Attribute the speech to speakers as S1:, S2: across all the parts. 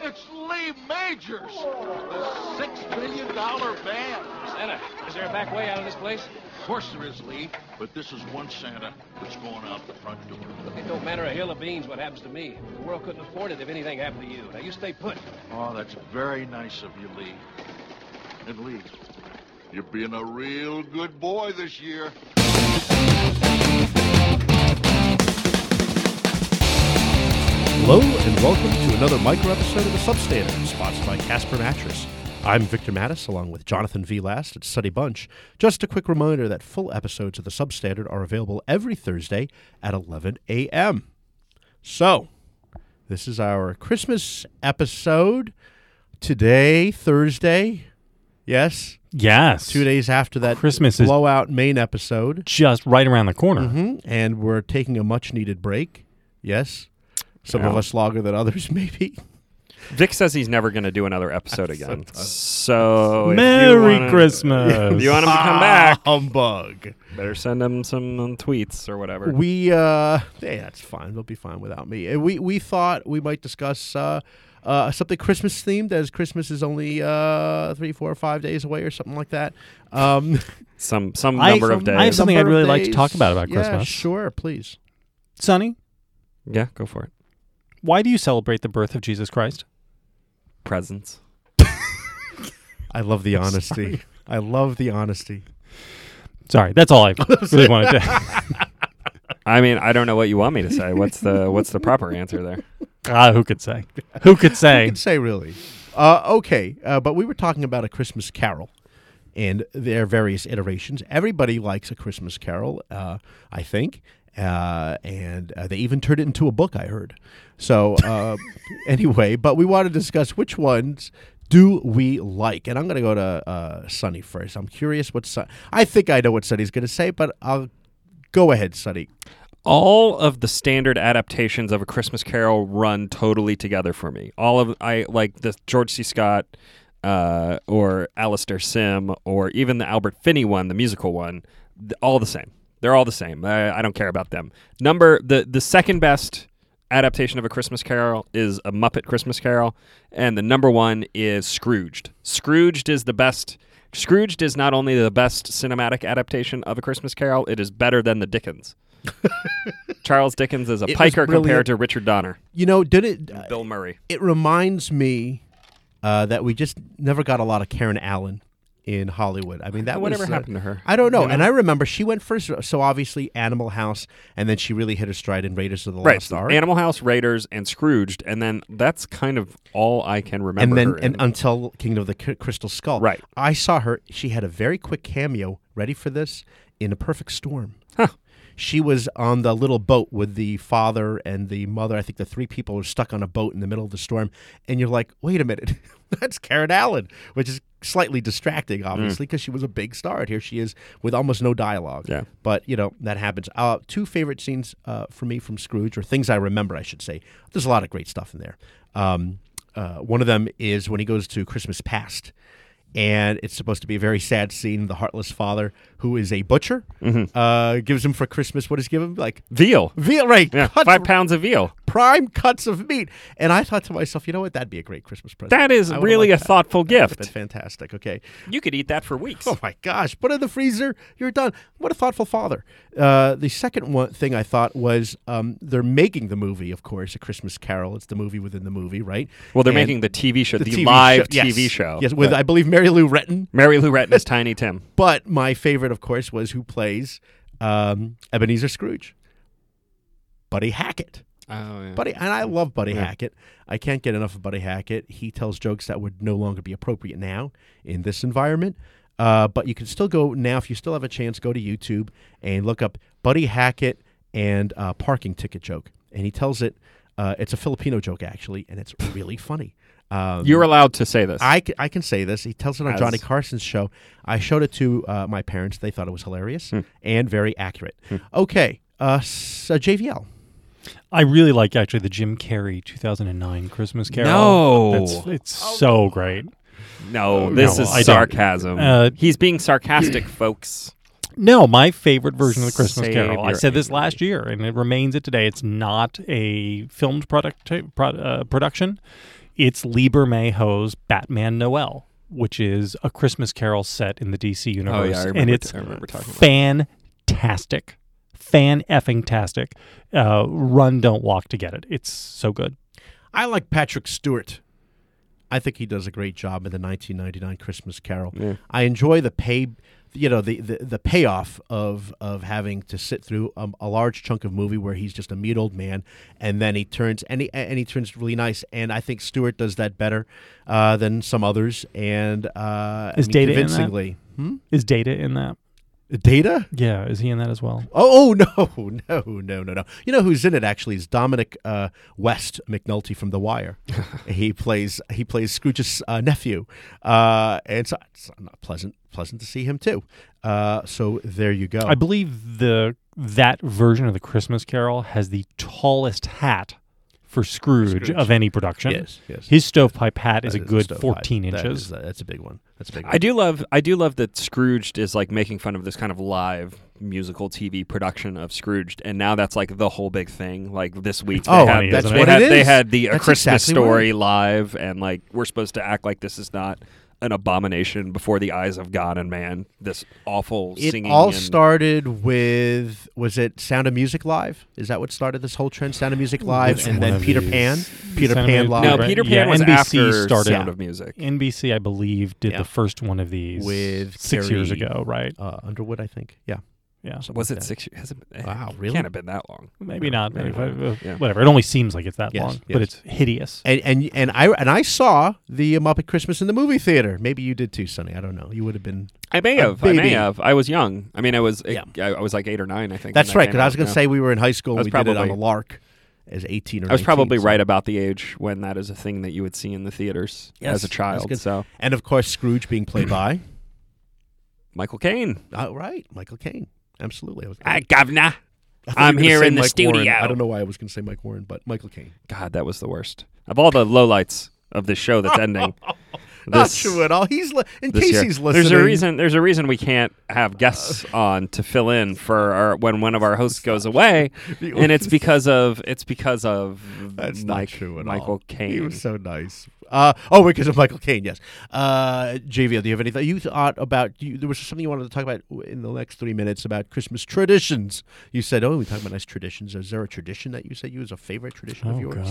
S1: It's Lee Majors, the six million dollar man.
S2: Santa, is there a back way out of this place?
S1: Of course there is, Lee, but this is one Santa that's going out the front door.
S2: It don't matter a hill of beans what happens to me. The world couldn't afford it if anything happened to you. Now you stay put.
S1: Oh, that's very nice of you, Lee. And Lee, you've been a real good boy this year.
S3: Hello and welcome to another micro episode of The Substandard, sponsored by Casper Mattress. I'm Victor Mattis, along with Jonathan V. Last at Study Bunch. Just a quick reminder that full episodes of The Substandard are available every Thursday at 11 a.m. So, this is our Christmas episode today, Thursday. Yes,
S4: Yes.
S3: two days after that
S4: Christmas is-
S3: blowout main episode.
S4: Just right around the corner.
S3: hmm And we're taking a much needed break. Yes, some of
S5: Yeah.
S3: us longer than others, maybe.
S5: Vic says he's never going to do another episode again. So Oh, if you
S4: Merry
S5: wanna-
S4: Christmas.
S5: If you want him to come back,
S3: Ah, Humbug.
S5: better send him some um, tweets or whatever.
S3: We uh yeah, that's fine. They'll be fine without me. And we we thought we might discuss uh uh, something Christmas themed, as Christmas is only uh, three, four, or five days away, or something like that. Um,
S5: Some some
S4: I-
S5: number of days.
S4: I have some- Something I'd
S3: number of
S4: really like to talk about about
S3: Yeah,
S4: Christmas.
S3: Sure, please.
S4: Sonny,
S5: yeah, go for it.
S4: why do you celebrate the birth of Jesus Christ?
S5: Presents.
S3: I love the honesty. I love the honesty.
S4: Sorry, that's all I really wanted to.
S5: I mean, I don't know what you want me to say. What's the what's the proper answer there?
S4: Ah, who could say? Who could
S3: I
S4: say?
S3: can say really. Uh, okay, uh, but we were talking about a Christmas Carol and their various iterations. Everybody likes a Christmas Carol, uh, I think, uh, and uh, they even turned it into a book. I heard. So uh, anyway, but we want to discuss which ones do we like, and I'm going to go to uh, Sonny first. I'm curious what Son- I think I know what Sonny's going to say, but I'll go ahead, Sonny.
S5: all of the standard adaptations of a Christmas Carol run totally together for me. All of I like the George C. Scott uh, or Alistair Sim or even the Albert Finney one, the musical one, th- all the same. They're all the same. I, I don't care about them. Number the the second best adaptation of a Christmas Carol is a Muppet Christmas Carol, and the number one is Scrooged. Scrooged is the best. Scrooged is not only the best cinematic adaptation of a Christmas Carol, it is better than the Dickens. Charles Dickens is a
S3: It was
S5: piker
S3: brilliant.
S5: compared to Richard Donner,
S3: You know, uh, did it?
S5: Bill Murray.
S3: it reminds me uh, that we just never got a lot of Karen Allen in Hollywood. I mean, that was,
S5: Whatever
S3: uh,
S5: happened to her?
S3: I don't know. And I remember she went first, so obviously Animal House, and then she really hit her stride in Raiders of the
S5: Right,
S3: Lost Ark,
S5: Animal House, Raiders, and Scrooged, and then that's kind of all I can remember.
S3: and then
S5: her in.
S3: and until Kingdom of the C- Crystal Skull.
S5: Right.
S3: I saw her. She had a very quick cameo. Ready for this? In A Perfect Storm.
S5: Huh.
S3: She was on the little boat with the father and the mother. I think the three people were stuck on a boat in the middle of the storm. And you're like, wait a minute, that's Karen Allen, which is slightly
S5: Mm.
S3: distracting, obviously, because she was a big star. And here she is with almost no dialogue.
S5: Yeah.
S3: But, you know, that happens. Uh, two favorite scenes uh, for me from Scrooge, or things I remember, I should say. There's a lot of great stuff in there. Um, uh, one of them is when he goes to Christmas Past and it's supposed to be a very sad scene. The heartless father, who is a butcher,
S5: Mm-hmm.
S3: uh, gives him for Christmas what is given like
S5: veal,
S3: veal, right?
S5: yeah,
S3: cuts,
S5: five pounds of veal.
S3: prime cuts of meat. And I thought to myself, you know what? That'd be a great Christmas present.
S5: That is
S3: I would've
S5: really a
S3: liked that.
S5: thoughtful
S3: That's
S5: gift.
S3: fantastic. Okay.
S5: You could eat that for weeks.
S3: Oh my gosh! Put it in the freezer. You're done. What a thoughtful father. Uh, the second one thing I thought was um, they're making the movie, of course, A Christmas Carol. It's the movie within the movie, right?
S5: Well, they're
S3: And
S5: making the TV show, the,
S3: TV
S5: live
S3: show- yes.
S5: TV show.
S3: Yes, with
S5: But
S3: I believe Mary Lou Retton.
S5: Mary Lou Retton is Tiny Tim.
S3: But my favorite, of course, was who plays um, Ebenezer Scrooge, Buddy Hackett.
S5: Oh, yeah.
S3: Buddy, and I love Buddy
S5: Yeah.
S3: Hackett. I can't get enough of Buddy Hackett. He tells jokes that would no longer be appropriate now in this environment. Uh, but you can still go now if you still have a chance. Go to YouTube and look up Buddy Hackett and uh, parking ticket joke, and he tells it. Uh, it's a Filipino joke actually, and it's really funny. Um,
S5: You're allowed to say this.
S3: I can, I can say this. He tells it on
S5: As-
S3: Johnny Carson's show. I showed it to uh, my parents. They thought it was hilarious
S5: Hmm.
S3: and very accurate. Okay, uh, so JVL.
S4: I really like actually the Jim Carrey 2009 Christmas
S5: No.
S4: Carol. That's, it's
S5: Oh.
S4: so great.
S3: Oh,
S5: no, this
S4: no,
S5: is
S4: I don't.
S5: sarcasm.
S4: Uh,
S5: He's being sarcastic, folks.
S4: No, my favorite version of the Christmas
S5: Save
S4: Carol. I
S5: your
S4: said this
S5: anger.
S4: last year, and it remains it today. It's not a filmed product pro, uh, production. It's Lieber Mayhew's Batman Noel, which is a Christmas Carol set in the DC
S5: Oh
S4: universe,
S5: yeah, I remember.
S4: and it's
S5: I remember talking about.
S4: fantastic, fan effing tastic. Uh, run, don't walk to get it. It's so good.
S3: I like Patrick Stewart. I think he does a great job in the 1999 Christmas Carol.
S5: Yeah.
S3: I enjoy the pay, you know, the, the, the payoff of of having to sit through um, a large chunk of movie where he's just a mean old man, and then he turns and he and he turns really nice. And I think Stewart does that better uh, than some others. And uh, I
S4: Is
S3: mean,
S4: Data in that?
S3: convincingly. Hmm?
S4: Is Data in that?
S3: Data?
S4: Yeah, is he in that as well?
S3: Oh, oh no, no, no, no, no. You know who's in it actually is Dominic uh, West McNulty from The Wire. he plays he plays Scrooge's uh, nephew, uh, and so it's not pleasant pleasant to see him too. Uh, so there you go.
S4: I believe the that version of the Christmas Carol has the tallest hat for Scrooge,
S3: Scrooge.
S4: of any production.
S3: yes, yes.
S4: His stovepipe hat is
S3: That
S4: a
S3: is
S4: good
S3: stovepipe.
S4: 14
S3: Uh, That
S4: inches.
S3: is- uh, that's a big one. That's a big. One.
S5: I do love I do love that Scrooged is like making fun of this kind of live musical TV production of Scrooged, and now that's like the whole big thing. Like this week, they
S3: Oh,
S5: had,
S4: that's
S5: they
S4: what
S5: had,
S3: it
S5: They
S3: is.
S5: had the A
S3: That's
S5: Christmas
S3: exactly right.
S5: Story live, and like we're supposed to act like this is not an abomination before the eyes of God and man. This awful
S3: It
S5: singing.
S3: all
S5: and-
S3: started with was it Sound of Music Live? Is that what started this whole trend? Sound of Music Live,
S4: It's
S3: and
S4: one
S3: then
S4: of
S3: Peter
S4: these.
S3: Pan, Peter
S4: Sound
S3: Pan
S4: of Music-
S3: Live.
S5: No,
S4: Right.
S5: Peter Pan
S4: Yeah,
S5: was
S4: NBC
S5: after
S4: started-
S5: Sound
S3: Yeah.
S5: of Music.
S4: NBC, I believe, did
S3: Yeah.
S4: the first one of these
S3: With
S4: six years
S3: Carrie-
S4: ago, right?
S3: Uh, Underwood, I think. Yeah.
S4: Yeah,
S5: So was it six? years? Has it,
S3: Wow,
S5: it
S3: really?
S5: Can't have been that long.
S4: maybe not.
S5: maybe
S4: Maybe
S5: not.
S4: five- uh,
S5: Yeah.
S4: Whatever. It only seems like it's that
S3: Yes,
S4: long, but
S3: yes.
S4: it's hideous.
S3: And and and I and I saw the Muppet Christmas in the movie theater. Maybe you did too, Sonny. I don't know. You would have been.
S5: I may
S3: A
S5: have. I may
S3: baby.
S5: have. I was young. I mean, I was.
S3: Uh, Yeah.
S5: I, I was like eight or nine. I think. when
S3: That's
S5: that
S3: right.
S5: came
S3: Because I was
S5: out,
S3: going to
S5: yeah.
S3: say we were in high school.
S5: I
S3: and We
S5: was
S3: did it on
S5: probably-
S3: a lark as eighteen or.
S5: I was
S3: 19,
S5: probably
S3: so-
S5: right about the age when that is a thing that you would see in the theaters
S3: Yes,
S5: as a
S3: that's
S5: child.
S3: good.
S5: So
S3: And of course, Scrooge being played by.
S5: Michael Caine.
S3: All right, Michael Caine. Absolutely. I was.
S5: Hi, governor.
S3: I thought you
S5: I'm
S3: were gonna
S5: here
S3: say
S5: in the
S3: Mike Warren.
S5: studio.
S3: I don't know why I was going to say Mike Warren, but Michael Caine.
S5: God, that was the worst of all the lowlights of this show that's ending.
S3: Not
S5: this-
S3: true at all. He's li- in
S5: this
S3: case
S5: year.
S3: he's listening. Uh,
S5: There's a reason. There's a reason we can't have guests on to fill in for our, when one of our hosts goes away, and it's because of it's because of
S3: That's
S5: Mike,
S3: not true at all.
S5: Michael
S3: He
S5: Caine.
S3: was so nice. Uh, oh, because of Michael Caine, yes. Uh, JVL, do you have anything you thought about? You, there was something you wanted to talk about in the next three minutes about Christmas traditions. You said, "Oh, we talk about nice traditions." Is there a tradition that you said you was a favorite tradition
S4: Oh,
S3: of yours?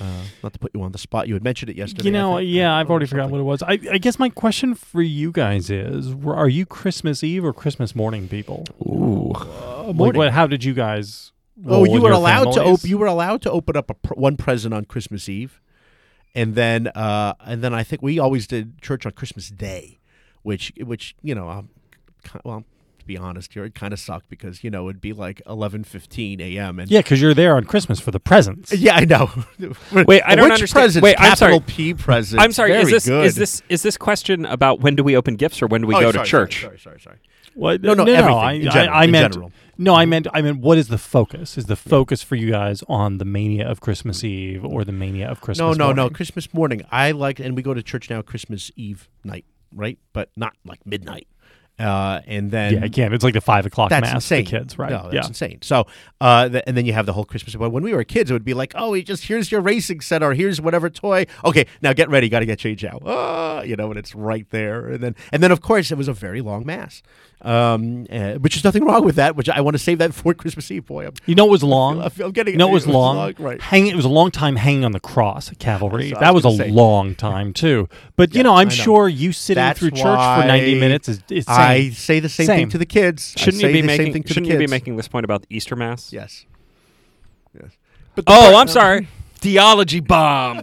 S3: Uh, not to put you on the spot, you had mentioned it yesterday.
S4: You know,
S3: I think,
S4: yeah,
S3: uh,
S4: I've already
S3: or something.
S4: forgotten what it was. I, I guess my question for you guys is: were- Are you Christmas Eve or Christmas morning people?
S5: Ooh,
S4: Like,
S3: morning.
S4: what? How did you guys?
S3: Oh,
S4: roll
S3: you
S4: in
S3: were
S4: your
S3: allowed to
S4: families?
S3: open. You were allowed to open up a pr- one present on Christmas Eve, and then uh, and then I think we always did church on Christmas Day, which which you know, um, ki- well, to be honest here, it kind of sucked because you know it'd be like eleven fifteen a.m. and
S4: Yeah, because you're there on Christmas for the presents.
S3: Yeah, I know.
S5: Wait, I don't
S3: Which
S5: understand.
S3: Presents,
S5: Wait, I'm
S3: capital
S5: sorry.
S3: P present.
S5: I'm sorry.
S3: Very
S5: Is this
S3: good.
S5: is this is this question about when do we open gifts or when do we
S3: Oh,
S5: go
S3: sorry,
S5: to church?
S3: Sorry, sorry, sorry.
S4: What?
S3: No, no, everything,
S4: I,
S3: in
S4: I-
S3: general,
S4: I
S3: in
S4: meant
S3: general.
S4: no, I meant I meant what is the focus? Is the focus for you guys on the mania of Christmas Eve or the mania of Christmas?
S3: No, no, no.
S4: morning?
S3: Christmas morning. I like, and we go to church now Christmas Eve night, right? But not like midnight. Uh, and then
S4: Yeah, I can't. It's like the five o'clock
S3: that's
S4: mass
S3: insane.
S4: for kids, right?
S3: No, that's
S4: yeah.
S3: insane. So, uh, th- and then you have the whole Christmas. But when we were kids, it would be like, oh, we just here's your racing set or here's whatever toy. Okay, now get ready. Got to get changed out. Ah, you know, and it's right there. And then, and then of course, it was a very long mass, um, uh, which is nothing wrong with that. Which I want to save that for Christmas Eve. Boy, I'm,
S4: You know it was long.
S3: I feel- I'm getting-
S4: You know it was
S3: it was
S4: long.
S3: long, right.
S4: Hanging. It was a long time hanging on the cross at Calvary.
S3: So I
S4: that
S3: was
S4: was,
S3: gonna
S4: a
S3: say-
S4: long time too. But you know,
S3: I
S4: I'm
S3: know.
S4: sure you sitting
S3: That's
S4: through church for ninety
S3: why
S4: minutes is, is same.
S3: I say the same, thing
S4: Same.
S3: to the kids. I
S5: Shouldn't
S3: say
S5: you be
S3: the
S5: making
S3: same thing to
S5: Shouldn't
S3: the
S5: you
S3: kids.
S5: be making this point about the Easter Mass?
S3: Yes. Yes.
S5: Oh, I'm sorry. Theology bomb.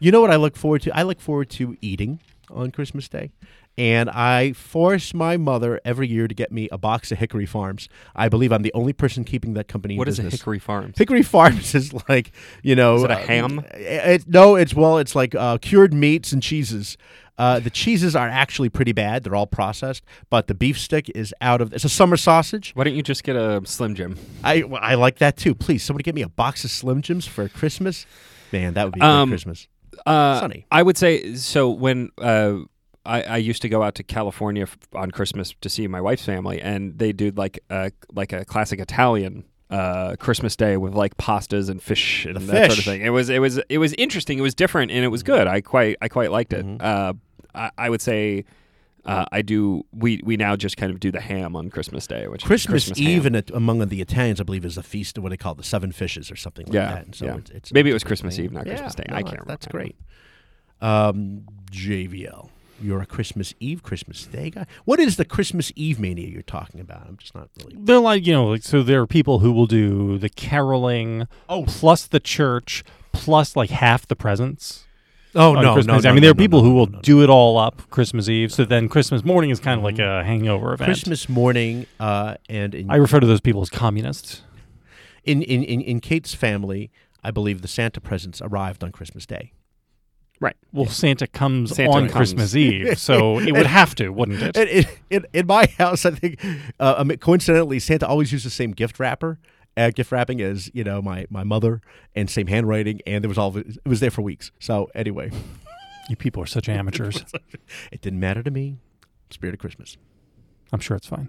S3: You know what I look forward to? I look forward to eating on Christmas Day. And I force my mother every year to get me a box of Hickory Farms. I believe I'm the only person keeping that company. in
S5: What is a
S3: business.
S5: Hickory Farms?
S3: Hickory Farms is like you know
S5: Is it a
S3: uh,
S5: ham?
S3: it- no, it's well, it's like uh, cured meats and cheeses. Uh, the cheeses are actually pretty bad; they're all processed. But the beef stick is out of. It's a summer sausage.
S5: Why don't you just get a Slim Jim?
S3: I well, I like that too. Please, somebody get me a box of Slim Jims for Christmas. Man, that would be a
S5: Um,
S3: good Christmas.
S5: Uh,
S3: Sunny.
S5: I would say so. When uh, I, I used to go out to California f- on Christmas to see my wife's family, and they do like a like a classic Italian uh, Christmas Day with like pastas and fish and
S3: The
S5: that sort of
S3: fish.
S5: thing. It was it was it was interesting. It was different and it was good. I quite I quite liked
S3: Mm-hmm.
S5: it. Uh, I, I would say uh, I do. We we now just kind of do the ham on Christmas Day, which is
S3: Christmas,
S5: Christmas ham.
S3: Eve in it, among the Italians, I believe, is a feast of what they call the seven fishes or something like
S5: Yeah,
S3: that. And so
S5: yeah.
S3: It's, it's,
S5: Maybe it
S3: it's
S5: was
S3: a big
S5: Christmas
S3: thing.
S5: Eve, not
S3: Yeah,
S5: Christmas Day.
S3: no,
S5: I
S3: that's-
S5: can't
S3: That's
S5: remember.
S3: great. Um, JVL, you're a Christmas Eve, Christmas Day guy. What is the Christmas Eve mania you're talking about? I'm just not really.
S4: They're like, you know, like so there are people who will do the caroling
S3: Oh.
S4: plus the church plus like half the presents.
S3: Oh
S4: on
S3: no,
S4: Christmas
S3: no,
S4: Eve. I
S3: no,
S4: mean, there
S3: no,
S4: are people
S3: no,
S4: who
S3: no,
S4: will
S3: no, no.
S4: do it all up Christmas Eve. So then Christmas morning is kind of like a hangover event.
S3: Mm-hmm. Christmas morning, uh, and in,
S4: I refer to those people as communists.
S3: in, in in in Kate's family, I believe the Santa presents arrived on Christmas Day.
S5: Right.
S4: Well, Santa comes
S5: Santa
S4: on
S5: comes.
S4: Christmas Eve, so it would have to, wouldn't it?
S3: In, in, in, in my house, I think uh, I mean, coincidentally, Santa always used the same gift wrapper, uh, gift wrapping as you know my, my mother, and same handwriting, and there was all it was there for weeks. So anyway,
S4: You people are such amateurs.
S3: it didn't matter to me. Spirit of Christmas.
S4: I'm sure it's fine.